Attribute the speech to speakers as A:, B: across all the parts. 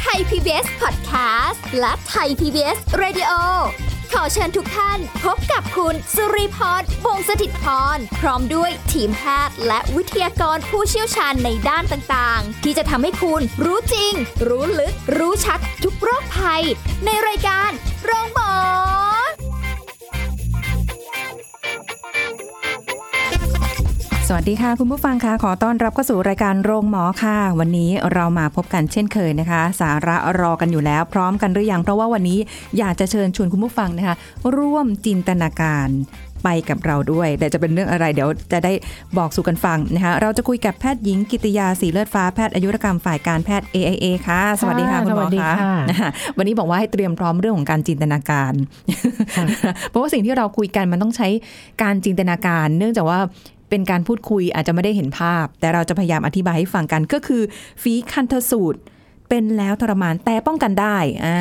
A: ไทย PBS Podcast และไทย PBS Radio ขอเชิญทุกท่านพบกับคุณสุริพรวงศสถิตพร พร้อมด้วยทีมแพทย์และวิทยากรผู้เชี่ยวชาญในด้านต่างๆ ที่จะทำให้คุณรู้จริง รู้ลึก รู้ชัดทุกโรคภัย ในรายการโรงพยาบาล
B: สวัสดีค่ะ คุณผู้ฟังค่ะขอต้อนรับเข้าสู่รายการโรงหมอค่ะ วันนี้เรามาพบกันเช่นเคยนะคะ สาระรอกันอยู่แล้วพร้อมกันหรือยังเพราะว่าวันนี้อยากจะเชิญชวนคุณผู้ฟังนะคะ ร่วมจินตนาการไปกับเราด้วยแต่จะเป็นเรื่องอะไรเดี๋ยวจะได้บอกสู่กันฟังนะคะ เราจะคุยกับแพทย์หญิงกิติยาสีเลือดฟ้าแพทย์อายุรกรรมฝ่ายการแพทย์ AIA ค่ะ สวัสดีค่ะ
C: ค่ะ
B: คุณหมอ
C: สวัสดี
B: ค่ะ
C: ค่ะ
B: นะคะ วันนี้บอกว่าให้เตรียมพร้อมเรื่องของการจินตนาการ เพราะว่าสิ่งที่เราคุยกันมันต้องใช้การจินตนาการ เนื่องจากว่าเป็นการพูดคุยอาจจะไม่ได้เห็นภาพ แต่เราจะพยายามอธิบายให้ฟังกันก็คือฝีคันธสูตร เป็นแล้วทรมานแต่ป้องกันได้อ่า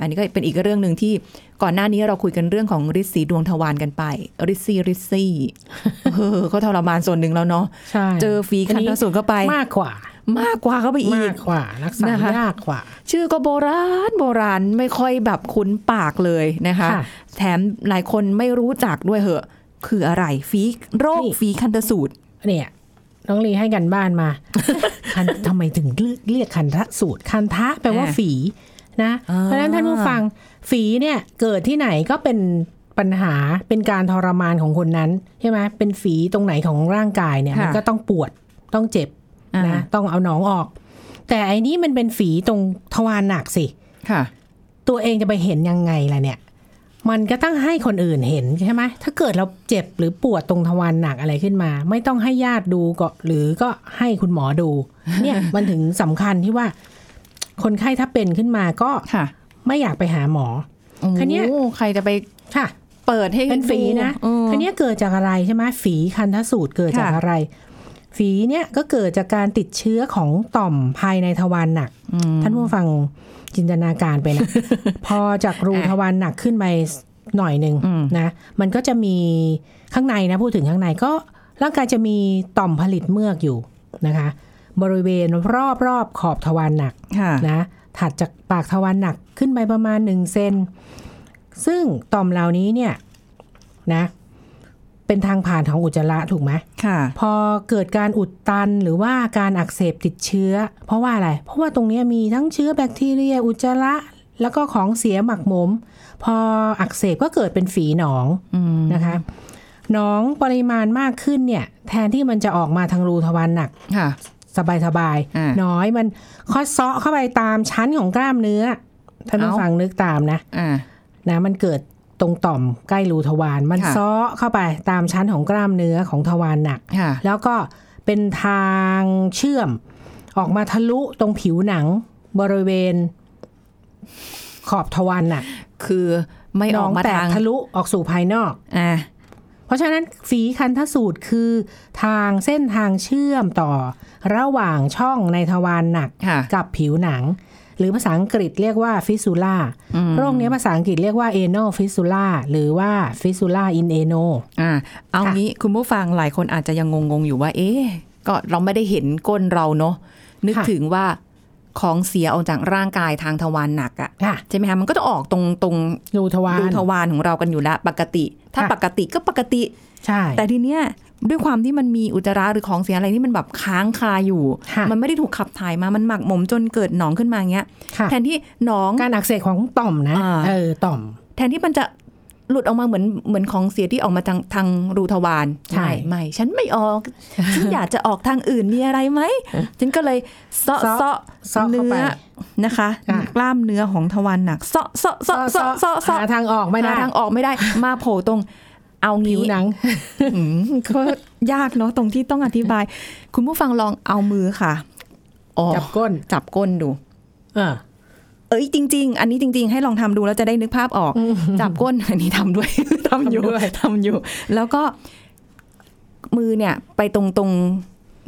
B: อันนี้ก็เป็นอีกเรื่องหนึ่งที่ก่อนหน้านี้เราคุยกันเรื่องของฤทธิ์สีดวงทวารกันไปฤทธิ์ซีฤทธิ์ซีเออเขาทรมานส่วนหนึ่งแล้วเนาะ
C: ใช่
B: เจอฝีคันธสูตรเข้าไป
C: มากกว่า
B: มากกว่าเข้าไปอี
C: มาก กกว่า รักษา
B: นะคะ
C: ยากกว่า
B: ชื่อก็โบราณโบราณไม่ค่อยแบบคุ้นปากเลยนะคะ
C: ค่ะ
B: แถมหลายคนไม่รู้จักด้วยเหอะ คืออะไรฟีโรค
C: นี่
B: ฟีคันตสูตร
C: เนี่ย น้องลีให้กันบ้านมา คันทำไมถึงเลือกเรียกคันทะสูตร คันทะแปลว่า
B: อ่า
C: ฝีนะ
B: อ่า
C: เพราะฉะนั้นท่านผู้ฟังฝีเนี่ยเกิดที่ไหนก็เป็นปัญหาเป็นการทรมานของคนนั้นใช่ไหมเป็นฝีตรงไหนของร่างกายเนี่ย มันก็ต้องปวดต้องเจ็บ
B: อ่า
C: นะต้องเอาหนองออก แต่ไอ้นี้มันเป็นฝีตรงทวารหนักสิ
B: ค่ะ
C: ตัวเองจะไปเห็นยังไงล่ะเนี่ย มันก็ต้องให้คนอื่นเห็นใช่ไหม ถ้าเกิดเราเจ็บหรือปวดตรงทวารหนักอะไรขึ้นมา ไม่ต้องให้ญาติดูก็หรือก็ให้คุณหมอดู เนี่ย มันถึงสำคัญที่ว่า คนไข้ถ้าเป็นขึ้นมาก็
B: ค่ะ
C: ไม่อยากไปหาหมอ คันเนี้ย
B: โอ้ใครจะไป
C: ค่ะ
B: เปิดให้
C: เป็นฝีนะ
B: ดู
C: คันเนี้ยเกิดจากอะไรใช่ไหมฝีคันทสูตรเกิดจากอะไร ฝีเนี่ยก็เกิดจากการติดเชื้อของต่อมภายในทวารหนัก
B: อืม
C: ท่านผู้ฟังจินตนาการไปนะ พอจากรู
B: อ่ะ
C: ทวารหนักขึ้นไปหน่อยหนึ่ง
B: อืม
C: นะ มันก็จะมีข้างในนะ พูดถึงข้างในก็ร่างกายจะมีต่อมผลิตเมือกอยู่นะคะ บริเวณรอบรอบขอบทวารหนัก
B: ค่ะ
C: นะถัดจากปากทวารหนักขึ้นไปประมาณหนึ่งเซนซึ่งต่อมเหล่านี้เนี่ยนะ เป็นทางผ่านของอุจจาระถูกไหม
B: ค่ะ
C: พอเกิดการอุดตันหรือว่าการอักเสบติดเชื้อ เพราะว่าอะไร เพราะว่าตรงเนี้ยมีทั้งเชื้อแบคทีเรีย อุจจาระ แล้วก็ของเสียหมักหมม พออักเสบก็เกิดเป็นฝีหนอง
B: อืม
C: นะคะหนองปริมาณมากขึ้นเนี่ย แทนที่มันจะออกมาทางรูทวารหนัก
B: ค่ะ
C: สบายสบายๆ
B: อ่า
C: น้อยมันคอเซาะเข้าไปตามชั้นของกล้ามเนื้อท่านผู้
B: เอ้า
C: ฟังนึกตามนะ
B: อ่า
C: นะมันเกิดตรงต่อมใกล้รูทวารมัน
B: ค่ะ
C: เซาะเข้าไปตามชั้นของกล้ามเนื้อของทวารหนัก
B: ค่ะ
C: แล้วก็เป็นทางเชื่อมออกมาทะลุตรงผิวหนังบริเวณ ขอบทวารหนัก
B: คือไม่ออกมา
C: หนงแต
B: ทาง
C: ทะลุออกสู่ภายนอก
B: อ่า
C: เพราะฉะนั้นฝีคันทสูตรคือทางเส้นทางเชื่อมต่อ ระหว่างช่องในทวารหนัก
B: ค่ะ
C: กับผิวหนัง หรือภาษาอังกฤษเรียกว่าฟิ s ูล่า
B: อืม
C: โรคเนี้ยภาษาอังกฤษเรียกว่า anal fistula หรือว่า fistula in ano
B: อ่าเอา
C: ค่ะ
B: งี้คุณผู้ฟังหลายคนอาจจะยังงงๆอยู่ว่า เอ๊ะก็เราไม่ได้เห็นก้นเราเนาะนึกถึงว่าของเสียออกจากร่างกายทางทวารหนักอะ
C: ค่ะ
B: ใช่ไหมคะมันก็จะออกตรงตรง
C: รูทวาร
B: ดูทวารของเรากันอยู่แล้วปกติ ถ้า
C: ค่ะ
B: ปกติก็ปกติ
C: ใช่
B: แต่ทีเนี้ยด้วยความที่มันมีอุจจาระหรือของเสียอะไรที่มันแบบค้างคาอยู่
C: ค่ะ
B: มันไม่ได้ถูกขับถ่ายมามันหมักหมมจนเกิดหนองขึ้นมาเงี้ย
C: ค่ะ
B: แทนที่หนอง
C: การอักเสบของต่อมนะ
B: อ่า
C: เออ ต่อม
B: แทนที่มันจะหลุดออกมาเหมือนเหมือนของเสียที่ออกมาทางทางรูทวาร
C: ใช่
B: ไม่ไม่ฉันไม่อ อก ฉันอยากจะออกทางอื่นมีอะไรไหมฉันก็เลยเซาะเซาะ
C: เซาะ
B: เนื้
C: เข้าไป
B: อนะคะ
C: ค่ะ
B: กล้ามเนื้อของทวารหนักเซาะเซาะเซาะเซาะเซาะเซาะ
C: หาทางออกไม่ได้
B: หาทางออกไม่ ได้ มาโผล่ตรง เอา
C: ผิ
B: งี้
C: วหนัง
B: อืมก็ยากเนาะตรงที่ต้องอธิ บาย คุณผู้ฟังลองเอามือค่ะอ๋อ
C: จับก้น
B: จับก้นดู
C: เออ
B: เอ้ยจริง ๆ อันนี้จริง ๆ ให้ลองทำดูแล้วจะได้นึกภาพออก จับก้น อันนี้ทำด้วย ทำอยู่
C: ทำด้วย
B: ทำอยู่ แล้วก็มือเนี่ย ไปตรงตรง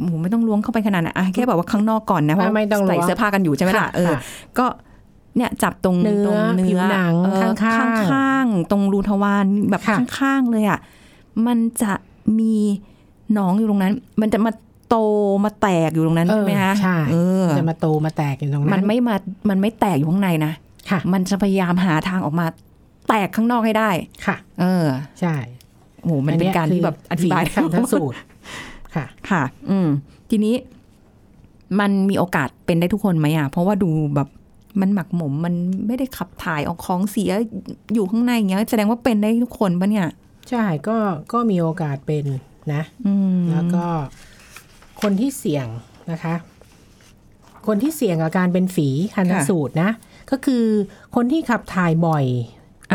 B: หมูไม่ต้องล้วงเข้าไปขนาดนั้นอ่ะแค่แบบว่าข้างนอกก่อนนะเพ
C: ไม่
B: ราะ
C: ไม่ต้อง
B: ใส่
C: ล้วง
B: เสื้อผ้ากันอยู่ใช่ไหมล่ะ
C: ค่ะ
B: เออ
C: ค่ะ
B: ก็เนี่ยจับตรง
C: เนื้อ
B: ตรง
C: ผิวหนัง
B: เออ
C: ข้างๆ
B: ข้างๆตรงรูทวารแบบ
C: ค่ะ
B: ข้างๆเลยอ่ะ มันจะมีหนองอยู่ตรงนั้น มันจะมาโตมาแตกอยู่ตรงนั้น
C: เออ
B: ใช่ไหมคะ
C: ใช่
B: เออ
C: จะมาโตมาแตกอยู่ตรงนั้น
B: มันไม่มามันไม่แตกอยู่ข้างในนะ
C: ค่ะ
B: มันจะพยายามหาทางออกมาแตกข้างนอกให้ได้
C: ค่ะ
B: เออ
C: ใช่
B: โอ้โหมันเป็นการที่แบบอธิบาย
C: ทำทั้ง สูตร ค่ะ
B: ค่ะ อืม ทีนี้มันมีโอกาสเป็นได้ทุกคนไหมอ่ะ เพราะว่าดูแบบมันหมักหมมมันไม่ได้ขับถ่ายออกของเสียอยู่ข้างในอย่างเงี้ยแสดงว่าเป็นได้ทุกคนปะเนี่ย
C: ใช่ก็ก็มีโอกาสเป็นนะ
B: อืม
C: แล้วก็คนที่เสี่ยงนะคะ คนที่เสี่ยงกับการเป็นฝีคันสูตรนะ ก็คือคนที่ขับถ่ายบ่อย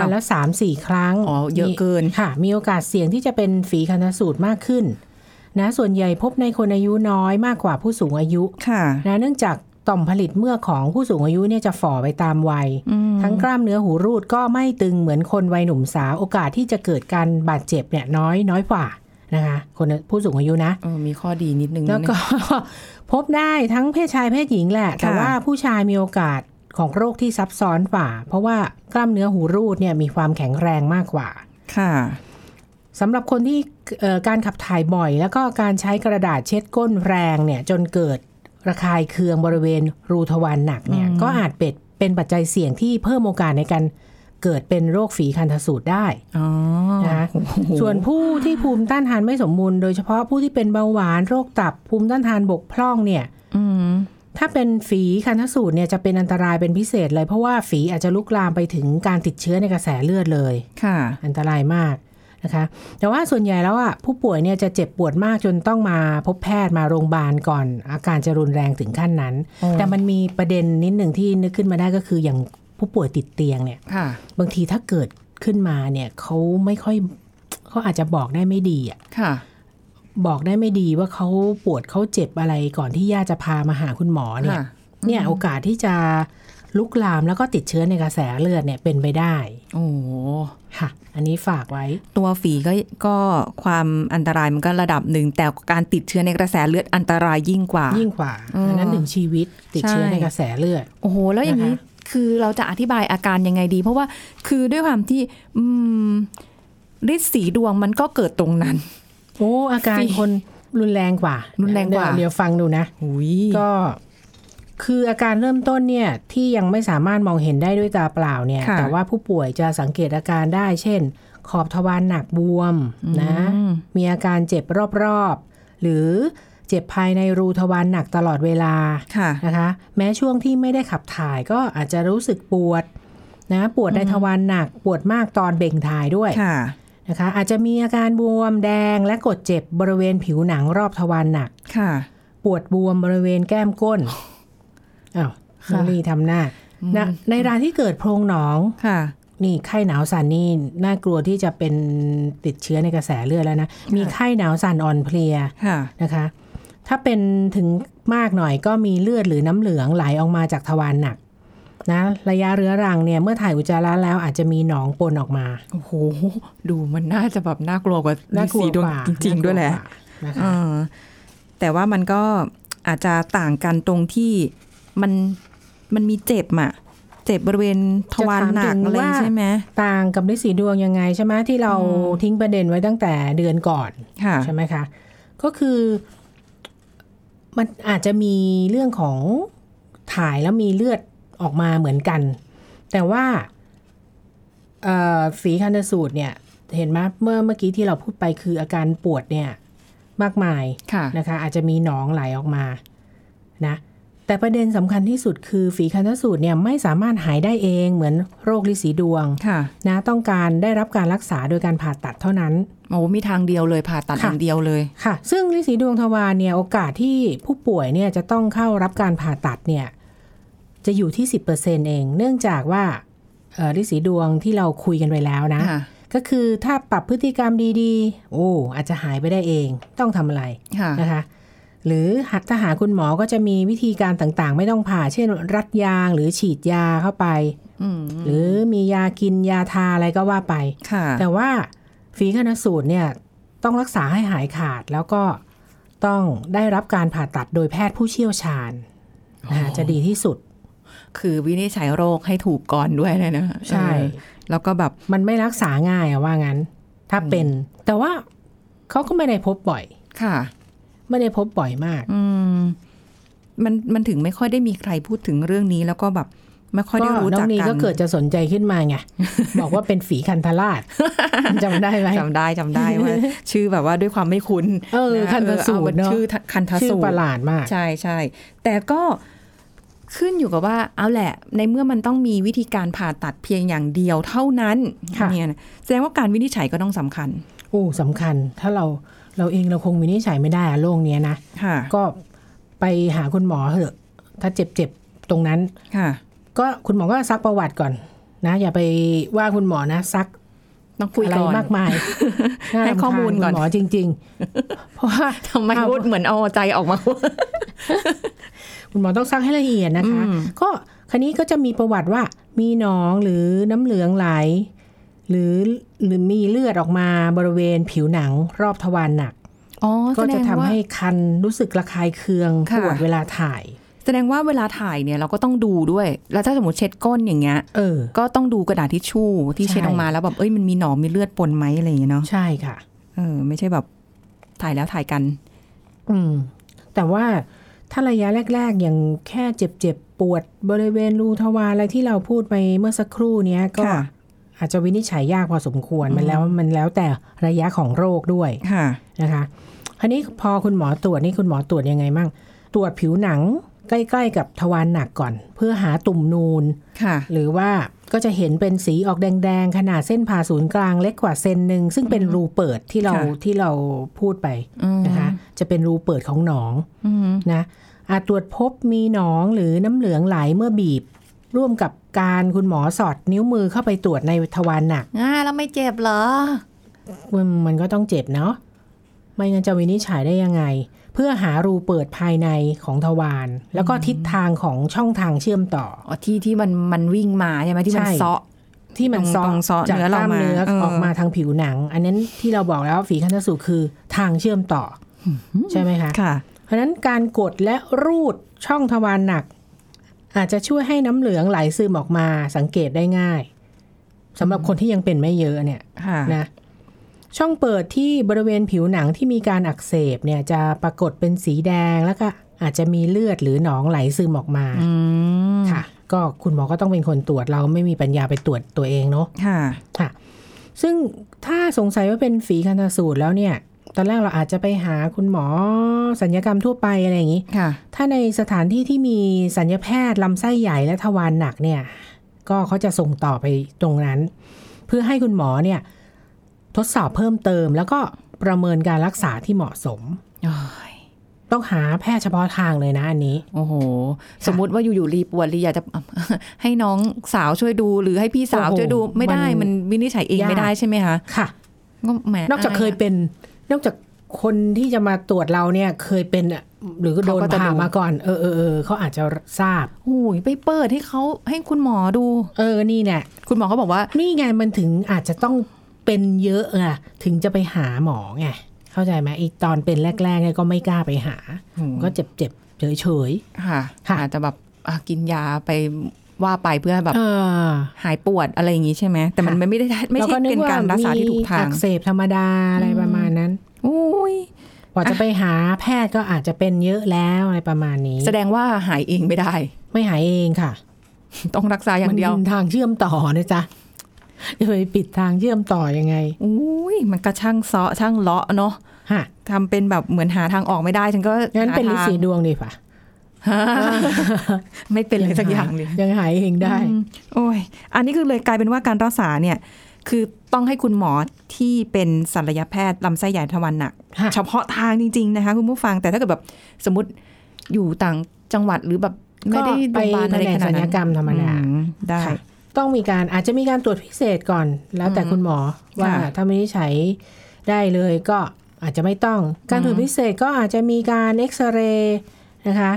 C: วันละสามสี่ครั้ง
B: อ๋อเยอะเกิน
C: ค่ะ มีโอกาสเสี่ยงที่จะเป็นฝีคันสูตรมากขึ้น นะ ส่วนใหญ่พบในคนอายุน้อยมากกว่าผู้สูงอายุ
B: ค่ะ
C: นะเนื่องจากต่อมผลิตเมื่อกของผู้สูงอายุเนี่ยจะฝ่อไปตามวัย ทั้งกล้ามเนื้อหูรูดก็ไม่ตึงเหมือนคนวัยหนุ่มสาวโอกาสที่จะเกิดการบาดเจ็บเนี่ยน้อยน้อยกว่านะคะคนผู้สูงอายุนะ
B: เออมีข้อดีนิดนึงนะ
C: แล้วก็
B: เนี่ย
C: พบได้ทั้งเพศชายเพศหญิงแหละ แต่
B: ค่ะ
C: ว่าผู้ชายมีโอกาสของโรคที่ซับซ้อนกว่า เพราะว่ากล้ามเนื้อหูรูดเนี่ยมีความแข็งแรงมากกว่า
B: ค่ะ
C: สำหรับคนที่เอ่อการขับถ่ายบ่อย แล้วก็การใช้กระดาษเช็ดก้นแรงเนี่ยจนเกิดระคายเคืองบริเวณรูทวารหนักเนี่ยก็อาจเป็นเป็นปัจจัยเสี่ยงที่เพิ่มโอกาสในการเกิดเป็นโรคฝีคันธสูตรได้
B: อ๋อ
C: นะคะ
B: โอ้โห
C: ส่วนผู้ที่ภูมิต้านทานไม่สมบูรณ์โดยเฉพาะผู้ที่เป็นเบาหวานโรคตับภูมิต้านทานบกพร่องเนี่ย
B: อืม
C: ถ้าเป็นฝีคันธสูตรเนี่ยจะเป็นอันตรายเป็นพิเศษเลย เพราะว่าฝีอาจจะลุกลามไปถึงการติดเชื้อในกระแสเลือดเลย
B: ค่ะ
C: อันตรายมากนะคะ แต่ว่าส่วนใหญ่แล้วอ่ะผู้ป่วยเนี่ยจะเจ็บปวดมากจนต้องมาพบแพทย์มาโรงพยาบาลก่อน อาการจะรุนแรงถึงขั้นนั้น
B: อ๋อ
C: แต่มันมีประเด็นนิดหนึ่งที่นึกขึ้นมาได้ก็คืออย่างผู้ป่วยติดเตียงเนี่ย
B: ค่ะ
C: บางทีถ้าเกิดขึ้นมาเนี่ยเขาไม่ค่อยเขาอาจจะบอกได้ไม่ดีอ่ะ
B: ค่ะ
C: บอกได้ไม่ดีว่าเขาปวดเขาเจ็บอะไรก่อนที่ญาติจะพามาหาคุณหมอเนี่ย
B: ค่ะ
C: เนี่ยโอกาสที่จะลุกลามแล้วก็ติดเชื้อในกระแสเลือดเนี่ยเป็นไปได้
B: โอ้โห
C: ค่ะ อันนี้ฝากไว้
B: ตัวฝีก็ก็ความอันตรายมันก็ระดับหนึ่ง แต่การติดเชื้อในกระแสเลือดอันตรายยิ่งกว่า
C: ยิ่งกว่า
B: อืม
C: อันนั้นถึงชีวิตติดเชื้อ
B: ใช่
C: ในกระแสเลือด
B: โอ้โห แล้วอย่างนี้
C: นะคะ
B: คือเราจะอธิบายอาการยังไงดี เพราะว่าคือด้วยความที่ อืมฤทธิ์สีดวงมันก็เกิดตรงนั้น
C: โอ้อาการคนรุนแรงกว่า
B: รุ
C: รุ
B: นแรงกว่า
C: เดี๋ยวฟังดูนะ
B: อุ้ย
C: ก็คืออาการเริ่มต้นเนี่ยที่ยังไม่สามารถมองเห็นได้ด้วยตาเปล่าเนี่ย
B: ค่ะ
C: แต่ว่าผู้ป่วยจะสังเกตอาการได้ เช่น ขอบทวารหนักบวมนะ
B: อืม
C: มีอาการเจ็บรอบๆ หรือเจ็บภายในรูทวารหนักตลอดเวลา
B: ค่ะ
C: นะคะ แม้ช่วงที่ไม่ได้ขับถ่ายก็อาจจะรู้สึกปวดนะปวดในทวารหนักปวดมากตอนเบ่งถ่ายด้วย
B: ค่ะ
C: นะคะอาจจะมีอาการบวมแดงและกดเจ็บบริเวณผิวหนังรอบทวารหนัก
B: ค่ะ
C: ปวดบวมบริเวณแก้ม ก้นอ้าว
B: ค่ะ
C: น้องลีทำหน้านะในรายที่เกิดโพรงหนอง
B: ค่ะ
C: นี่ไข้หนาวสั่นนี่น่ากลัวที่จะเป็นติดเชื้อในกระแสเลือดแล้วนะมีไข้หนาวสั่นอ่อนเพลีย
B: ค่ะ
C: นะคะ ถ้าเป็นถึงมากหน่อยก็มีเลือดหรือน้ำเหลืองไหลออกมาจากทวารหนักนะระยะเรื้อรังเนี่ยเมื่อถ่ายอุจจาระแล้วอาจจะมีหนองปนออกมา
B: โอ้โห ดูมันน่าจะแบบน่ากลัวกว่า
C: น่ากลัว
B: ฤๅษีดว
C: ก
B: ง
C: ว่า
B: จริง ๆ ด้วยแหละ
C: น่ากกว่านะ
B: เอ
C: คะ
B: อแต่ว่ามันก็อาจจะต่างกันตรงที่มันมันมีเจ็บอะเจ็บบริเวณทวารหนักอะไรใช่ไหม
C: ต่างกับฤทธิ์สีดวงยังไงใช่ไหมที่เราทิ้งประเด็นไว้ตั้งแต่เดือนก่อน
B: ค่ะ
C: ใช่ไหมคะ ก็คือมันอาจจะมีเรื่องของถ่ายแล้วมีเลือดออกมาเหมือนกัน แต่ว่าเอ่อฝีคันสูตรเนี่ย เห็นไหมเมื่อเมื่อกี้ที่เราพูดไปคืออาการปวดเนี่ยมากมาย
B: ค่ะ
C: นะคะ อาจจะมีหนองไหลออกมานะ แต่ประเด็นสำคัญที่สุดคือฝีคันสูตรเนี่ยไม่สามารถหายได้เองเหมือนโรคลินสีดวง
B: ค่ะ
C: นะต้องการได้รับการรักษาโดยการผ่าตัดเท่านั้น
B: โอ้มีทางเดียวเลยผ่าตัด
C: ค่ะ
B: อย่างเดียวเลย
C: ค่ะ ซึ่งฤาษีดวงทวารเนี่ยโอกาสที่ผู้ป่วยเนี่ยจะต้องเข้ารับการผ่าตัดเนี่ยจะอยู่ที่ 10%เอง เนื่องจากว่าเอ่อฤาษีดวงที่เราคุยกันไปแล้วนะ
B: ค่ะ
C: ก็คือถ้าปรับพฤติกรรมดีๆ โอ้อาจจะหายไปได้เองต้องทำอะไร
B: ค่ะ
C: นะคะ หรือหากถ้าหาคุณหมอก็จะมีวิธีการต่างๆ ไม่ต้องผ่า เช่น รัดยางหรือฉีดยาเข้าไป
B: อืม
C: หรือมียากินยาทาอะไรก็ว่าไป
B: ค่ะ
C: แต่ว่าฝีคณสูตรเนี่ยต้องรักษาให้หายขาดแล้วก็ต้องได้รับการผ่าตัดโดยแพทย์ผู้เชี่ยวชาญนะคะจะดีที่สุด
B: คือวินิจฉัยโรคให้ถูกก่อนด้วยนะนะเออแล้วก็แบบ
C: มันไม่รักษาง่ายอะว่างั้น ถ้าเป็น แต่ว่า เขาก็ไม่ได้พบบ่อย
B: ค่ะ
C: ไม่ได้พบบ่อยมาก
B: อืมมันมันถึงไม่ค่อยได้มีใครพูดถึงเรื่องนี้ แล้วก็แบบไม่ค่อยได้รู้
C: น้
B: จั
C: อกงนี
B: กัน
C: ก็เกิดจะสนใจขึ้นมา ไง บอกว่าเป็นฝีคันธราช จำได้ไหม
B: จำได้จำได้ว่า ชื่อแบบว่าด้วยความไม่คุ้น
C: เออ
B: นะ
C: คันธสูต
B: ออ
C: ร
B: อ
C: เนอะ
B: ชื่อคันท
C: ชื่อ
B: สู
C: ป
B: ต
C: ระ
B: ร
C: หลาดมาก
B: ใช่ใช่แต่ก็ขึ้นอยู่กับว่าเอาแหละ ในเมื่อมันต้องมีวิธีการผ่าตัดเพียงอย่างเดียวเท่านั้น
C: ค่ะ
B: เนี่ยนะแสดงว่าการวินิจฉัยก็ต้องสำคัญ
C: โอ้สำคัญ ถ้าเราเราเองเราคงวินิจฉัยไม่ได้อะโรคเนี้ยนะ
B: ค่ะ
C: ก็ไปหาคุณหมอเถอะ ถ้าเจ็บเจ็บๆตรงนั้น
B: ค่ะ
C: ก็คุณหมอก็ซักประวัติก่อนนะ อย่าไปว่าคุณหมอนะ ซัก
B: ต้องคุย
C: อะไร
B: ก่อน
C: มากมายน่ารำ
B: ให้
C: คาญ
B: ข้อมูลก่อน
C: คุณหมอจริง ๆ เพราะว่า
B: ทำไม
C: เอา
B: พูดเหมือนเอาใจออกมาพูด
C: คุณหมอต้องซักให้ละเอียดนะคะ
B: อืม
C: ก็คันนี้ก็จะมีประวัติว่ามีหนองหรือน้ำเหลืองไหล หรือหรือมีเลือดออกมาบริเวณผิวหนังรอบทวารหนัก
B: อ๋อ
C: ก็จะ
B: แสดง
C: ทำ
B: ว่า
C: ให้คันรู้สึกระคายเคือง
B: ค่ะ
C: ปวดเวลาถ่าย
B: แสดงว่าเวลาถ่ายเนี่ยเราก็ต้องดูด้วย แล้วถ้าสมมติเช็ดก้นอย่างเงี้ย
C: เออ
B: ก็ต้องดูกระดาษทิชชู่ที่
C: ใช่
B: เช็ดออกมาแล้วแบบเอ้ยมันมีหนองมีเลือดปนไหมอะไรอย่างเงี้ยเนาะ
C: ใช่ค่ะ
B: เออไม่ใช่แบบถ่ายแล้วถ่ายกัน
C: อืม แต่ว่าถ้าระยะแรก ๆ อย่างแค่เจ็บเจ็บๆปวดบริเวณรูทวารอะไรที่เราพูดไปเมื่อสักครู่เนี้ยก็
B: ค่ะ
C: อาจจะวินิจฉัยยากพอสมควรมันแล้วมันแล้วแต่ระยะของโรคด้วย
B: ค่ะ
C: นะคะคันนี้พอคุณหมอตรวจนี่คุณหมอตรวจยังไงมั่ง ตรวจผิวหนังใกล้ๆกับทวารหนักก่อน เพื่อหาตุ่มนูน
B: ค่ะ
C: หรือว่าก็จะเห็นเป็นสีออกแดงๆ ขนาดเส้นผ่าศูนย์กลางเล็กกว่าเซนหนึ่งซึ่งเป็นรูเปิดที่เรา
B: ค่ะ
C: ที่เราพูดไป
B: อืม
C: นะคะ จะเป็นรูเปิดของหนอง
B: อืม
C: นะอาจตรวจพบมีหนองหรือน้ำเหลืองไหลเมื่อบีบ ร่วมกับการคุณหมอสอดนิ้วมือเข้าไปตรวจในทวารหนัก
A: อ่าแล้วไม่เจ็บเหรอ
C: มันมันก็ต้องเจ็บเนาะ ไม่งั้นจะวินิจฉัยได้ยังไง เพื่อหารูเปิดภายในของทวารแล้วก็ทิศทางของช่องทางเชื่อมต่อ
B: อ๋อที่ที่มันมันวิ่งมาใช่ไหมที่มัน
C: ใช่
B: เซาะ
C: ที่มัน
B: ต
C: ซ้อ
B: รงๆซ้อ
C: จาก
B: เนื้อก เรา
C: ล้าม
B: มา
C: เนื้อ
B: เออ
C: ออกมาทางผิวหนัง อันนั้นที่เราบอกแล้วฝีคันธสูตรคือทางเชื่อมต่ออใช่ไหมคะ
B: ค่ะ
C: เพราะฉะนั้นการกดและรูดช่องทวารหนัก อาจจะช่วยให้น้ำเหลืองไหลซึมออกมาสังเกตได้ง่ายสำหรับคนที่ยังเป็นไม่เยอะเนี่ย
B: ค่ะ
C: นะช่องเปิดที่บริเวณผิวหนังที่มีการอักเสบเนี่ยจะปรากฏเป็นสีแดงแล้วก็อาจจะมีเลือดหรือหนองไหลซึมออกมา
B: อืม
C: ค่ะ ก็คุณหมอก็ต้องเป็นคนตรวจเราไม่มีปัญญาไปตรวจตัวเองเนาะ
B: ค่ะ
C: ค่ะ ซึ่งถ้าสงสัยว่าเป็นฝีคันธสูตรแล้วเนี่ย ตอนแรกเราอาจจะไปหาคุณหมอสัญญกรรมทั่วไปอะไรอย่างนี้
B: ค่ะ
C: ถ้าในสถานที่ที่มีสัญญแพทย์ลำไส้ใหญ่และทวารหนักเนี่ย ก็เขาจะส่งต่อไปตรงนั้น เพื่อให้คุณหมอเนี่ย ทดสอบเพิ่มเติม แล้วก็ประเมินการรักษาที่เหมาะสม
B: โอ้ย
C: ต้องหาแพทย์เฉพาะทางเลยนะอันนี้
B: โอ้โห สมมุติว่าอยู่ๆรีปวดรีอยากจะ ให้น้องสาวช่วยดูหรือให้พี่สาว
C: โอ้โห
B: ช่วยดูไม่ได้
C: มั
B: มัน
C: น
B: วินิจฉัยเองไม่
C: ยาก
B: ได้ใช่ไหมคะ
C: ค่ะ
B: ก็แหม
C: นอกจากเคยเป็น นอกจากคนที่จะมาตรวจเราเนี่ย เคยเป็นอะหรือโดนผ่ามาก่อน เออเออเออเขาอาจจะทราบ
B: โอ้ยไปเปิดให้เขาให้คุณหมอดู
C: เออนี่เนี่ย
B: คุณหมอเขาบอกว่า
C: นี่ไงมันถึงอาจจะต้องเป็นเยอะไงถึงจะไปหาหมอไงเข้าใจไหมไอตอนเป็นแรกๆเนี่ยก็ไม่กล้าไปหา
B: อืม
C: ก็เจ็บเจ็บๆเฉย
B: ค่ะ
C: ค่ะ
B: อาจจะแบบอ่ะกินยาไปว่าไปเพื่อแบบ
C: ๆเออ
B: หายปวดอะไรอย่างงี้ใช่ไหมแต่มัน
C: ค่ะ
B: ไม่ได้ไม่
C: เรา
B: ใช่
C: ก็นึ
B: เป็น
C: ว่
B: การรักษาที่ถูกทา
C: อั
B: ง
C: กเสบธรรมดาอะไรประมาณนั้น
B: อุ้ย
C: กว่าจะไปหาแพทย์ก็อาจจะเป็นเยอะแล้วอะไรประมาณนี้
B: แสดงว่าหายเองไม่ได้
C: ไม่หายเองค่ะ
B: ต้องรักษาอย่า
C: มั
B: งเดียว
C: เป็นทางเชื่อมต่อนะจ๊ะจะไปปิดทางเชื่อมต่อยังไง
B: อุ้ยมันกระช่างเซาะช่างเลาะเนาะ
C: ฮะ
B: ทำเป็นแบบเหมือนหาทางออกไม่ได้ฉันก็
C: งั้นเป็นลิ
B: หาทาง
C: สีดวงดีป่ะ
B: ไม่เป็นเลยสักอย่างเลย
C: ยังหายเองได้
B: อืมโอ้ย อันนี้คือเลยกลายเป็นว่าการรักษาเนี่ย คือต้องให้คุณหมอที่เป็นศัลยแพทย์ลำไส้ใหญ่ทวารหนัก
C: ค่ะ
B: เฉพาะทางจริง ๆ นะคะ คุณผู้ฟังแต่ถ้าเกิดแบบสมมติอยู่ต่างจังหวัดหรือแบบไม่ได้
C: ก็ไป
B: โรงพยาบาล
C: แผ
B: อะไร
C: นก
B: ขนา
C: ศั
B: ด
C: ลย
B: นั้น
C: กรรมธรรมดา
B: อืได้
C: ค่ะต้องมีการอาจจะมีการตรวจพิเศษก่อน แล้วแต่คุณหมอว่า
B: ค่ะ
C: ถ้าไม่ได้ใช้ได้เลยก็อาจจะไม่ต้อง การตรวจพิเศษก็อาจจะมีการเอ็กซเรย์นะคะ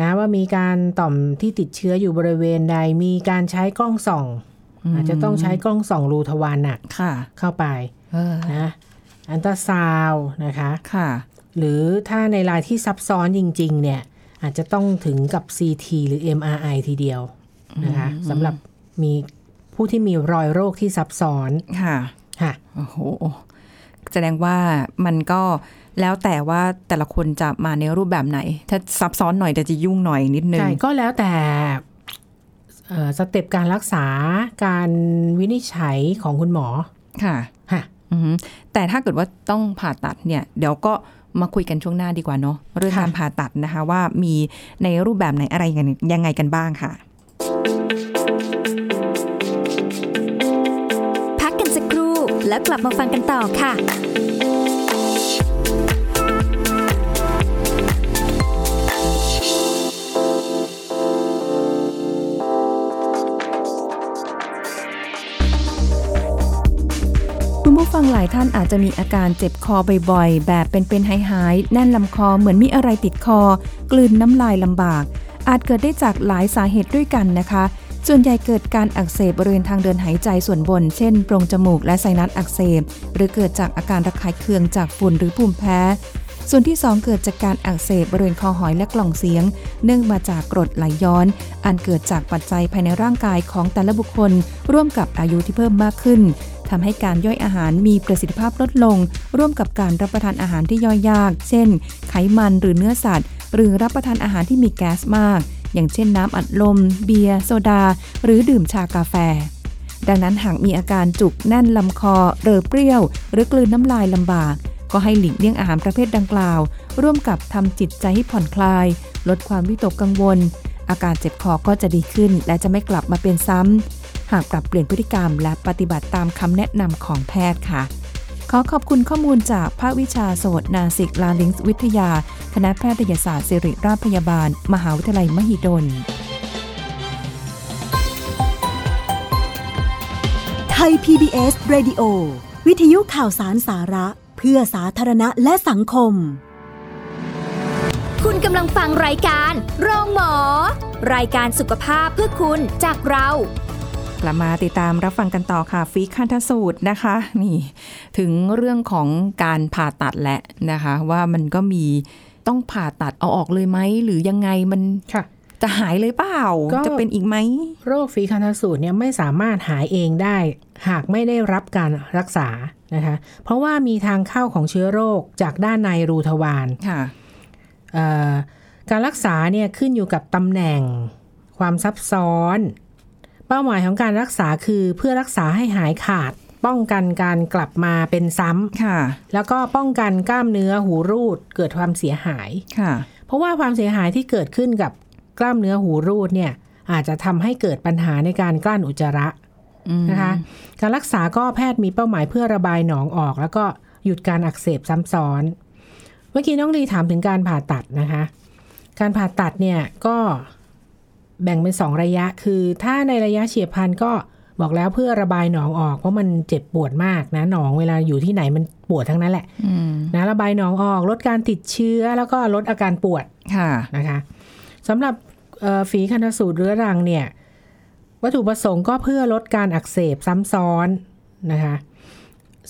C: นะว่ามีการต่อมที่ติดเชื้ออยู่บริเวณใด มีการใช้กล้องส่อง
B: อืม
C: อาจจะต้องใช้กล้องส่องรูทวารหนัก
B: ค่ะ
C: เข้าไป
B: เออ
C: นะอันตราซาวด์นะคะ
B: ค่ะ
C: หรือถ้าในรายที่ซับซ้อนจริง ๆ เนี่ย อาจจะต้องถึงกับ CT หรือ MRI ทีเดียวนะคะสำหรับมีผู้ที่มีรอยโรคที่ซับซ้อน
B: ค่ะ
C: ค่ะ
B: โอ้โห แสดงว่ามันก็แล้วแต่ว่าแต่ละคนจะมาในรูปแบบไหน ถ้าซับซ้อนหน่อยแต่จะยุ่งหน่อยนิดนึง
C: ใช่ก็แล้วแต่เอ่อสเต็ปการรักษาการวินิจฉัยของคุณหมอ
B: ค่ะ
C: ฮะ
B: อือหือแต่ถ้าเกิดว่าต้องผ่าตัดเนี่ย เดี๋ยวก็มาคุยกันช่วงหน้าดีกว่าเนาะเรื่อง
C: ค่ะ
B: การผ่าตัดนะคะ ว่ามีในรูปแบบไหนอะไรยังไงยังไงกันบ้างค่ะ
A: พักกันสักครู่แล้วกลับมาฟังกันต่อค่ะ
B: คุณผู้ฟังหลายท่านอาจจะมีอาการเจ็บคอบ่อยๆ แบบเป็นๆหายๆ แน่นลำคอเหมือนมีอะไรติดคอ กลืนน้ำลายลำบาก อาจเกิดได้จากหลายสาเหตุด้วยกันนะคะ ส่วนใหญ่เกิดการอักเสบบริเวณทางเดินหายใจส่วนบน เช่นโพรงจมูกและไซนัสอักเสบ หรือเกิดจากอาการระคายเคืองจากฝุ่นหรือภูมิแพ้ ส่วนที่ 2 เกิดจากการอักเสบบริเวณคอหอยและกล่องเสียง เนื่องมาจากกรดไหลย้อน อันเกิดจากปัจจัยภายในร่างกายของแต่ละบุคคล ร่วมกับอายุที่เพิ่มมากขึ้นทำให้การย่อยอาหารมีประสิทธิภาพลดลง ร่วมกับการรับประทานอาหารที่ย่อยยาก เช่น ไขมันหรือเนื้อสัตว์ หรือรับประทานอาหารที่มีแก๊สมาก อย่างเช่นน้ำอัดลม เบียร์โซดา หรือดื่มชากาแฟ ดังนั้นหากมีอาการจุกแน่นลำคอเรอเปรี้ยว หรือกลืนน้ำลายลำบาก ก็ให้หลีกเลี่ยงอาหารประเภทดังกล่าว ร่วมกับทำจิตใจให้ผ่อนคลาย ลดความวิตกกังวล อาการเจ็บคอก็จะดีขึ้น และจะไม่กลับมาเป็นซ้ำ หากปรับเปลี่ยนพฤติกรรมและปฏิบัติตามคำแนะนำของแพทย์ค่ะ ขอขอบคุณข้อมูลจากภาควิชาโสตนาสิกลาลิงส์วิทยา คณะแพทยศาสตร์ศิริราชพยาบาล มหาวิทยาลัยมหิดล
D: ไทย PBS Radio วิทยุข่าวสารสาระ เพื่อสาธารณะและสังคม
A: คุณกำลังฟังรายการโรงหมอ รายการสุขภาพเพื่อคุณจากเรา
B: กลับมาติดตามรับฟังกันต่อค่ะฟีคันทสูตรนะคะ นี่ ถึงเรื่องของการผ่าตัดแหละนะคะ ว่ามันก็มีต้องผ่าตัดเอาออกเลยไหม หรือยังไงมัน
C: ค่ะ
B: จะหายเลยเปล่า
C: ก็
B: จะเป็นอีกไหม
C: โรคฝีคันธสูตรเนี่ยไม่สามารถหายเองได้ หากไม่ได้รับการรักษานะคะเพราะว่ามีทางเข้าของเชื้อโรคจากด้านในรูทวาร
B: ค่ะ
C: เอ่อการรักษาเนี่ยขึ้นอยู่กับตำแหน่ง ความซับซ้อน เป้าหมายของการรักษาคือเพื่อรักษาให้หายขาด ป้องกันการกลับมาเป็นซ้ำ
B: ค่ะ
C: แล้วก็ป้องกันกล้ามเนื้อหูรูดเกิดความเสียหาย
B: ค่ะ
C: เพราะว่าความเสียหายที่เกิดขึ้นกับกล้ามเนื้อหูรูดเนี่ยอาจจะทำให้เกิดปัญหาในการกลั้นอุจจาระ
B: อืม
C: นะคะ การรักษาก็แพทย์มีเป้าหมายเพื่อระบายหนองออก แล้วก็หยุดการอักเสบซ้ำซ้อน เมื่อกี้น้องลีถามถึงการผ่าตัดนะคะ การผ่าตัดเนี่ยก็แบ่งเป็นสองระยะ คือถ้าในระยะเฉียบพลันก็บอกแล้วเพื่อระบายหนองออก เพราะมันเจ็บปวดมากนะหนองเวลาอยู่ที่ไหนมันปวดทั้งนั้นแหละ
B: อืม
C: นะระบายหนองออกลดการติดเชื้อแล้วก็ลดอาการปวด
B: ค่ะ
C: นะคะสำหรับเอ่อฝีคันธสูตรเรื้อรังเนี่ยวัตถุประสงค์ก็เพื่อลดการอักเสบซ้ำซ้อนนะคะ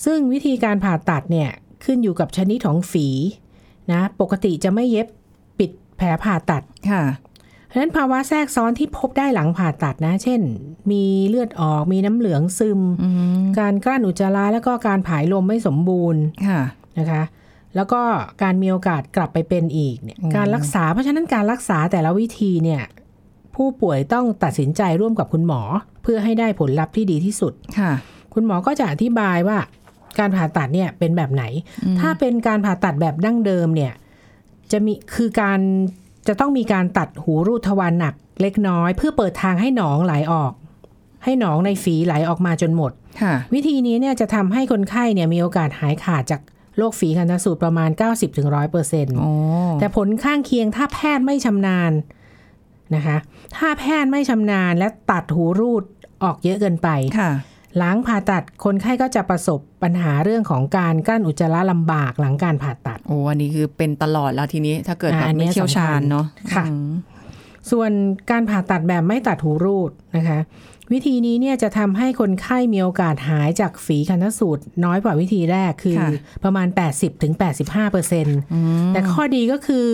C: ซึ่งวิธีการผ่าตัดเนี่ยขึ้นอยู่กับชนิดของฝีนะปกติจะไม่เย็บปิดแผลผ่าตัด
B: ค่ะ
C: เพราะฉะนั้นภาวะแทรกซ้อนที่พบได้หลังผ่าตัดนะ เช่น มีเลือดออกมีน้ำเหลืองซึม
B: อืม
C: การกลั้นอุจจาระแล้วก็การผายลมไม่สมบูรณ์
B: ค่ะ
C: นะคะแล้วก็การมีโอกาสกลับไปเป็นอีกเนี่ย
B: อืม
C: การรักษาเพราะฉะนั้นการรักษาแต่ละวิธีเนี่ยผู้ป่วยต้องตัดสินใจร่วมกับคุณหมอ เพื่อให้ได้ผลลัพธ์ที่ดีที่สุด
B: ค่ะ
C: คุณหมอก็จะอธิบายว่าการผ่าตัดเนี่ยเป็นแบบไหน
B: อืม
C: ถ้าเป็นการผ่าตัดแบบดั้งเดิมเนี่ยจะมีคือการจะต้องมีการตัดหูรูดทวารหนักเล็กน้อย เพื่อเปิดทางให้หนองไหลออก ให้หนองในฝีไหลออกมาจนหมด
B: ค่ะ
C: วิธีนี้เนี่ยจะทำให้คนไข้เนี่ยมีโอกาสหายขาดจากโรคฝีคันธสูตรประมาณ
B: โอ้
C: 90-100%แต่ผลข้างเคียงถ้าแพทย์ไม่ชำนาญนะคะ ถ้าแพทย์ไม่ชำนาญและตัดหูรูดออกเยอะเกินไป
B: ค่ะ
C: หลังผ่าตัดคนไข้ก็จะประสบปัญหาเรื่องของการกลั้นอุจจาระลำบากหลังการผ่าตัด
B: โอ้ อันนี้คือเป็นตลอดแล้วทีนี้ ถ้าเกิดแบ
C: อ่า
B: บ
C: อันเนี้
B: ไม่
C: ย
B: เชี่ยวชาญเนาะ
C: สำคัญค่ะ
B: อืม
C: ส่วนการผ่าตัดแบบไม่ตัดหูรูดนะคะ วิธีนี้เนี่ยจะทำให้คนไข้มีโอกาสหายจากฝีคันธสูตรน้อยกว่าวิธีแรกคือประมาณ 80-85%
B: อืม
C: แต่ข้อดีก็คือ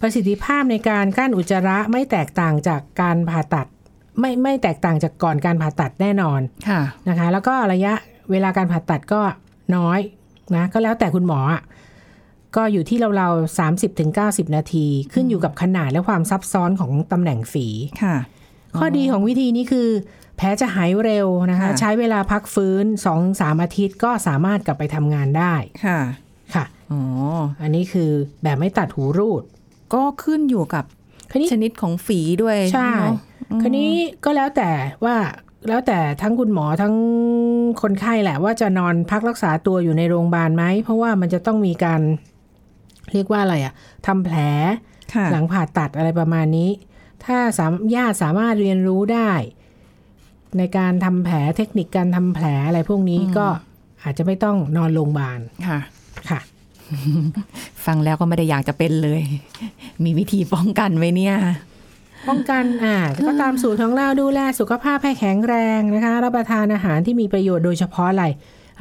C: ประสิทธิภาพในการกั้นอุจจาระไม่แตกต่างจากการผ่าตัด ไม่ไม่แตกต่างจากก่อนการผ่าตัดแน่นอน
B: ค่ะ
C: นะคะ แล้วก็ระยะเวลาการผ่าตัดก็น้อย นะ ก็แล้วแต่คุณหมออ่ะก็อยู่ที่เราๆสามสิบถึงเก้าสิบนาที ขึ้นอยู่กับขนาดและความซับซ้อนของตำแหน่งฝี
B: ค่ะ
C: ข้อดีของวิธีนี้คือ แผลจะหายเร็วนะคะ
B: ค่ะ
C: ใช้เวลาพักฟื้น 2-3 อาทิตย์ก็สามารถกลับไปทำงานได้
B: ค่ะ
C: ค่ะ
B: อ๋อ
C: อันนี้คือแบบไม่ตัดหูรูด
B: ก็ขึ้นอยู่กับ
C: คันนี้
B: ชนิดของฝีด้วย
C: ใช่
B: เนอะ
C: คันนี้ก็แล้วแต่ว่าแล้วแต่ทั้งคุณหมอทั้งคนไข้แหละ ว่าจะนอนพักรักษาตัวอยู่ในโรงพยาบาลไหม เพราะว่ามันจะต้องมีการเรียกว่าอะไรอะทำแผล
B: ค่ะ
C: หลังผ่าตัดอะไรประมาณนี้ ถ้าสามญาติสามารถเรียนรู้ได้ ในการทำแผลเทคนิคการทำแผลอะไรพวกนี้ก็อาจจะไม่ต้องนอนโรงพยาบาล
B: ค่ะ
C: ค่ะ
B: ฟังแล้วก็ไม่ได้อยากจะเป็นเลย มีวิธีป้องกันไหมเนี่ย
C: ป้องกันอ่าก็ตามสูตรของเราดูแลสุขภาพให้แข็งแรงนะคะ รับประทานอาหารที่มีประโยชน์โดยเฉพาะอะไร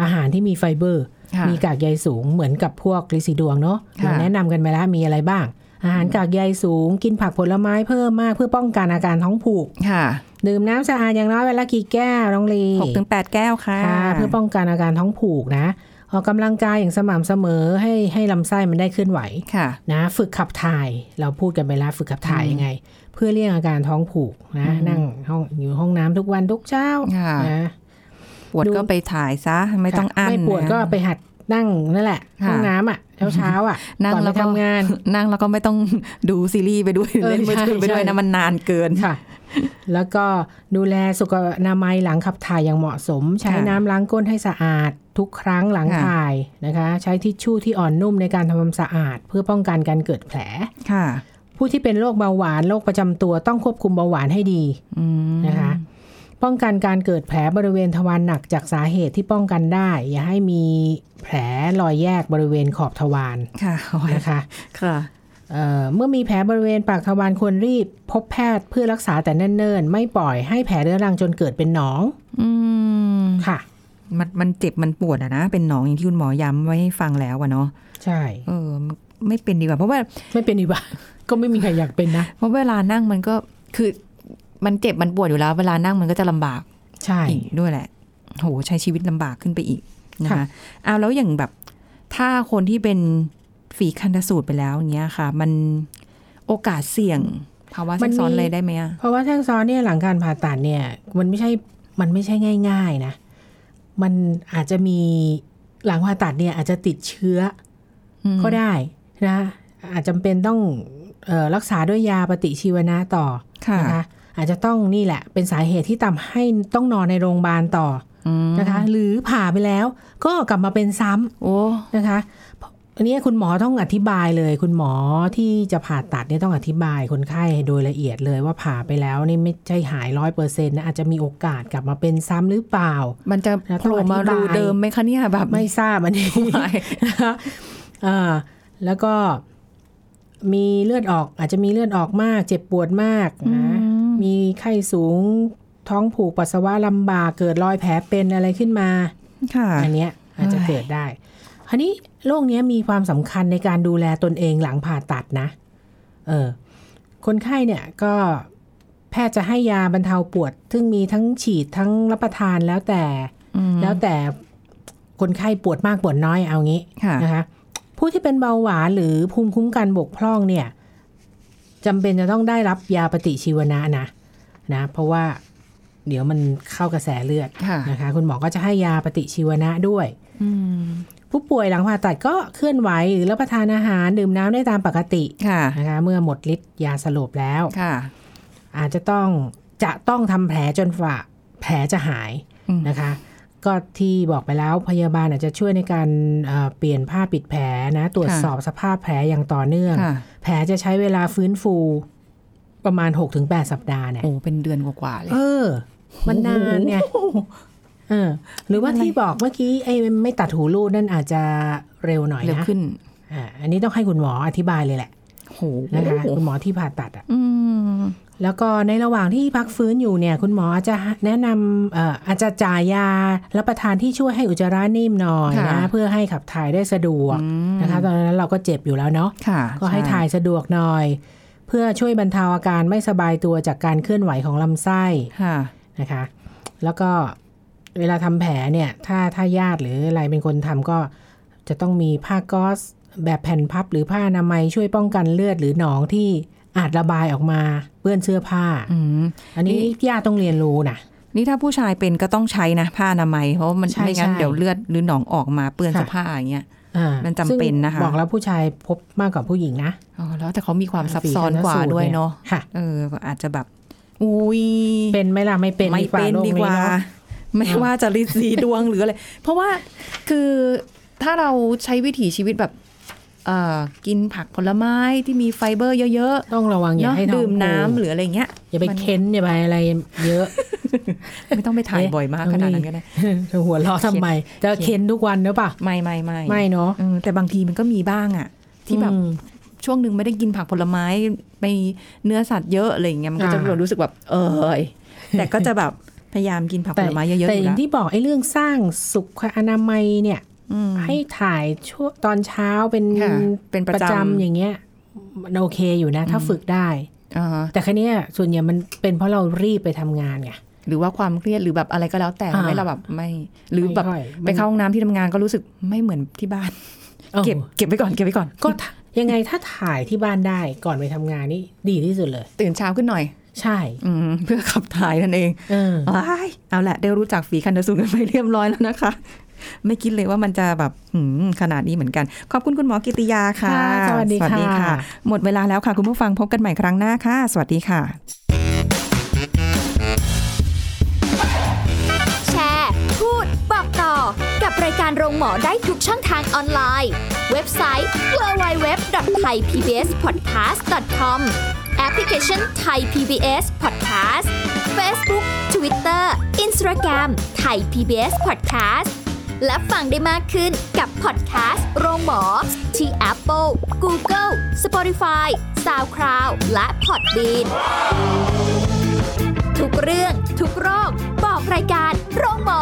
C: อาหารที่มีไฟเบอร์
B: ค่ะ
C: มีกากใยสูงเหมือนกับพวกฤทธิ์สีดวงเนาะ
B: ค่ะ
C: เราแนะนำกันไปแล้วมีอะไรบ้าง อาหารกากใยสูง กินผักผลไม้เพิ่มมากเพื่อป้องกันอาการท้องผูก
B: ค่ะ
C: ดื่มน้ำสะอาดอย่างน้อยเวนลากี่แก้วน้องลี
B: หกถึงแปดแก้วค่ะ
C: ค่ะเพื่อป้องกันอาการท้องผูกนะออกกำลังกายอย่างสม่ำเสมอให้ให้ลำไส้มันได้เคลื่อนไหว
B: ค่ะ
C: นะ ฝึกขับถ่ายเราพูดกันไปแล้วฝึกขับถ่ายยังไง เพื่อเลี่ยงอาการท้องผูกนะ นั่งห้องอยู่ห้องน้ำทุกวันทุกเช้า
B: ค่ะ
C: นะ
B: ปวด
C: ดู
B: ก็ไปถ่ายซะ ไม่ต้องอั้น
C: ไม่ปวด
B: นะ
C: ก็ไปหัดนั่งนั่นแหละ
B: ค่ะ
C: ห้องน้ำอ่ะเช้าเช้าๆอ่ะ
B: นั่ง
C: ก่อไป
B: แล้วก็
C: ทำ งาน
B: นั่งแล้วก็ไม่ต้องดูซีรีส์ไปด้วย
C: เออ
B: เล่นมือถือ
C: ใช่
B: ไปด้วย
C: ใช่
B: นะมันนานเกิน
C: ค่ะ แล้วก็ดูแลสุขอนามัยหลังขับถ่ายอย่างเหมาะสม ใช้
B: ค่ะ
C: น้ำล้างก้นให้สะอาด ทุกครั้งหลัง
B: ค่ะ
C: ถ่ายนะคะ ใช้ทิชชู่ที่อ่อนนุ่มในการทำความสะอาด เพื่อป้องกันการเกิดแผล
B: ค่ะ
C: ผู้ที่เป็นโรคเบาหวานโรคประจำตัวต้องควบคุมเบาหวานให้ดี
B: อืม
C: นะคะ ป้องกันการเกิดแผลบริเวณทวารหนักจากสาเหตุที่ป้องกันได้ อย่าให้มีแผลรอยแยกบริเวณขอบทวาร
B: ค่ะโอ้ย
C: นะคะ
B: ค่ะ
C: เอ่อเมื่อมีแผลบริเวณปากทวารควรรีบ พบแพทย์เพื่อรักษาแต่เนิ่นๆ ไม่ปล่อยให้แผลเรื้อรังจนเกิดเป็นหนอง
B: อืม
C: ค่ะ
B: มันมันเจ็บมันปวดอะนะ เป็นหนองอย่างที่คุณหมอย้ำไว้ให้ฟังแล้วอะเนาะ
C: ใช่
B: เออ ไม่เป็นดีกว่าเพราะว่า
C: ไม่เป็นอีกว่า ก็ไม่มีใครอยากเป็นนะ
B: เพราะเวลานั่งมันก็คือ มันเจ็บมันปวดอยู่แล้ว เวลานั่งมันก็จะลำบาก
C: ใช่
B: อีกด้วยแหละโหใช้ชีวิตลำบากขึ้นไปอีกนะคะเอาแล้วอย่างแบบ ถ้าคนที่เป็นฝีคันธสูตรไปแล้วอย่างเงี้ยค่ะ มันโอกาสเสี่ยงภาวะแทรกซ้อนอะไรได้ไหมอะ
C: เพราะว่าแท่งซ้อนเนี่ยหลังการผ่าตัดเนี่ย มันไม่ใช่มันไม่ใช่ง่าย ๆนะ มันอาจจะมีหลังผ่าตัดเนี่ยอาจจะติดเชื้อ
B: อื
C: อ
B: ม
C: ก็ได้นะอาจจำเป็นต้องเออรักษาด้วยยาปฏิชีวนะต่อ
B: ค่ะ
C: นะคะอาจจะต้องนี่แหละ เป็นสาเหตุที่ทำให้ต้องนอนในโรงพยาบาลต่อ
B: อืม
C: นะคะหรือผ่าไปแล้วก็กลับมาเป็นซ้ำ
B: โอ้
C: นะคะอันนี้คุณหมอต้องอธิบายเลย คุณหมอที่จะผ่าตัดเนี่ยต้องอธิบายคนไข้โดยละเอียดเลยว่าผ่าไปแล้วนี่ไม่ใช่หายร้อยเปอร์เซ็นต์นะอาจจะมีโอกาสกลับมาเป็นซ้ำหรือเปล่า
B: มันจะ
C: แล้ว
B: โผ
C: ต้อง
B: ล่มารู
C: อธิบาย
B: เดิมไหมคะเนี่ยแบบ
C: ไม่ทราบอันนี้
B: ไม่
C: นะคะเอ่อแล้วก็มีเลือดออก อาจจะมีเลือดออกมาก เจ็บปวดมากนะมีไข้สูงท้องผูกปัสสาวะลำบากเกิดรอยแผลเป็นอะไรขึ้นมา
B: ค่ะ
C: อันเนี้ยอาจจะ
B: เอ้ย
C: เกิดได้ คราวนี้โรคเนี้ยมีความสำคัญในการดูแลตนเองหลังผ่าตัดนะ เออ คนไข้เนี่ยก็แพทย์จะให้ยาบรรเทาปวด ซึ่งมีทั้งฉีดทั้งรับประทานแล้วแต่
B: อืม
C: แล้วแต่คนไข้ปวดมากปวดน้อยเอางี้
B: ค่ะ
C: นะคะ ผู้ที่เป็นเบาหวานหรือภูมิคุ้มกันบกพร่องเนี่ยจำเป็นจะต้องได้รับยาปฏิชีวนะนะนะ เพราะว่าเดี๋ยวมันเข้ากระแสเลือด
B: ค่ะ
C: นะคะคุณหมอก็จะให้ยาปฏิชีวนะด้วย
B: อืม
C: ผู้ป่วยหลังผ่าตัดก็เคลื่อนไหวหรือรับประทานอาหารดื่มน้ำได้ตามปกติ
B: ค่ะ
C: นะคะเมื่อหมดฤทธิ์ยาสลบแล้ว
B: ค่ะ
C: อาจจะต้องจะต้องทำแผลจนฝ่าแผลจะหาย
B: อืม
C: นะคะ ก็ที่บอกไปแล้วพยาบาลอาจจะช่วยในการเอ่อเปลี่ยนผ้าปิดแผลนะตรวจสอบสภาพแผลอย่างต่อเนื่อง
B: ค่ะ
C: แผลจะใช้เวลาฟื้นฟูประมาณ 6-8 สัปดาห์เนี่ย
B: โอ้เป็นเดือนกว่าๆเลย
C: เออ มันนานไงเออ หรือว่าที่บอกเมื่อกี้ไอ้ไม่ตัดหูรูดนั่นอาจจะเร็วหน่อย
B: เร็ว
C: นะ
B: ขึ้น
C: อ่าอันนี้ต้องให้คุณหมออธิบายเลยแหละ
B: โห
C: นะคะคุณหมอที่ผ่าตัดอ่ะ
B: อืม
C: แล้วก็ในระหว่างที่พักฟื้นอยู่เนี่ย คุณหมออาจจะแนะนำเอ่ออาจจะจ่ายยารับประทานที่ช่วยให้อุจจาระนิ่มหน่อยนะ
B: ค่ะ
C: เพื่อให้ขับถ่ายได้สะดวกนะคะ ตอนนั้นเราก็เจ็บอยู่แล้วเนาะ
B: ค่ะ
C: ก็ให้ถ่ายสะดวกหน่อย เพื่อช่วยบรรเทาอาการไม่สบายตัวจากการเคลื่อนไหวของลำไส้
B: ค่ะ
C: นะคะ แล้วก็เวลาทำแผลเนี่ย ถ้าถ้าญาติหรืออะไรเป็นคนทำก็ จะต้องมีผ้าก๊อซแบบแผ่นพับหรือผ้าอนามัยช่วยป้องกันเลือดหรือหนองที่อาจระบายออกมาเปื้อนเสื้อผ้า
B: อืม
C: อันนี้
B: นี่
C: ย่าต้องเรียนรู้นะ
B: นี่ถ้าผู้ชายเป็นก็ต้องใช้นะผ้าอนามัยเพราะมัน
C: ใช่
B: ไม่งั้น
C: ใช่
B: เดี๋ยวเลือดหรือหนองออกมาเปื้อน
C: ค่ะ
B: เสื้อผ้าอย่างเงี้ย
C: อ่า
B: มันจำเป็นนะคะ
C: ซึ่งบอกแล้วผู้ชายพบมากกว่าผู้หญิงนะ
B: อ๋อแล้วแต่เขามีความซับซ้อนกว่า
C: สี่คณสูตร
B: ด้วยเนาะ
C: ค่ะ
B: เอออาจจะแบบอุ้ย
C: เป็นไหมล่ะไม่เป็น
B: ไม่เป็น
C: โรค
B: ดีกว่า
C: เนอะ
B: ไม่ว่าจะริดสีดวงหรืออะไร เพราะว่าคือถ้าเราใช้วิถีชีวิตแบบเอ่อกินผักผลไม้ที่มีไฟเบอร์เยอะๆ
C: ต้องระวังอย่า
B: เนาะ
C: ให้ท้อง
B: ดื่มน้ำ
C: ผูก
B: หรืออะไรเงี้ย
C: อย่าไป
B: มัน
C: เค้นอย่าไปอะไรเยอะ
B: ไม่ต้องไปถ่าย
C: เอ๊ะ
B: บ่อยมากขนาดนั้นก็ได้
C: เธอหัวเราะทำไม จะเค้นทุกวันหรือเปล่า
B: ไม่ไม่ไม่
C: ไม่เนาะ
B: เออแต่บางทีมันก็มีบ้างอะที่แบบ
C: อืม
B: ช่วงหนึ่งไม่ได้กินผักผลไม้ไปเนื้อสัตว์เยอะอะไรอย่างเงี้ยมันก็จะ
C: อ่า
B: รู้สึกแบบเอยแต่ก็จะแบบพยายามกินผักผลไม้เยอะๆอ
C: แต่
B: ยู่
C: อย่าง
B: ละ
C: ที่บอกไอ้เรื่องสร้างสุขอนามัยเนี่ย
B: อืม
C: ให้ถ่ายช่วงตอนเช้าเป็น
B: ค่ะเป็นประจำ
C: อย่างเงี้ยมันโอเคอยู่นะ ถ้าฝึกได้
B: อ่าฮะ
C: แต่คันนี้ยส่วนใหญ่มันเป็นเพราะเรารีบไปทำงานไง
B: หรือว่าความเครียดหรือแบบอะไรก็แล้วแต่
C: อ่า
B: ไม่เราแบบไม่ หรือแบบ
C: ไม่ค่อยมัน
B: ไปเข้าห้องน้ำที่ทำงานก็รู้สึกไม่เหมือนที่บ้าน เก็บ
C: ออ
B: เก็บไว้ก่อนเก็บไว้ก่อน
C: ก็ถ้ายังไงถ้าถ่ายที่บ้านได้ก่อนไปทำงานนี่ดีที่สุดเลย
B: ตื่นเช้าขึ้นหน่อย
C: ใช่
B: อืมเพื่อขับถ่ายนั่นเอง
C: เออ
B: ว้ายเอาละได้รู้จักฝีคันสูงกันไปเรียบร้อยแล้วนะคะ ไม่คิดเลยว่ามันจะแบบหืมขนาดนี้เหมือนกัน ขอบคุณคุณหมอกิติยาค่ะ
C: ค่ะสวัสดีค่ะ
B: หมดเวลาแล้วค่ะ คุณผู้ฟังพบกันใหม่ครั้งหน้าค่ะ สวัสดีค่ะ
A: แชร์ พูด บอกต่อกับรายการโรงหมอได้ทุกช่องทางออนไลน์ เว็บไซต์ www.thaipbspodcast.com แอปพลิเคชัน Thai PBS Podcast Facebook Twitter Instagram Thai PBS Podcast และฟังได้มากขึ้นกับพอดแคสต์โรงหมอ ที่ Apple, Google, Spotify, SoundCloud และ Podbean ทุกเรื่องทุกโรค บอกรายการโรงหมอ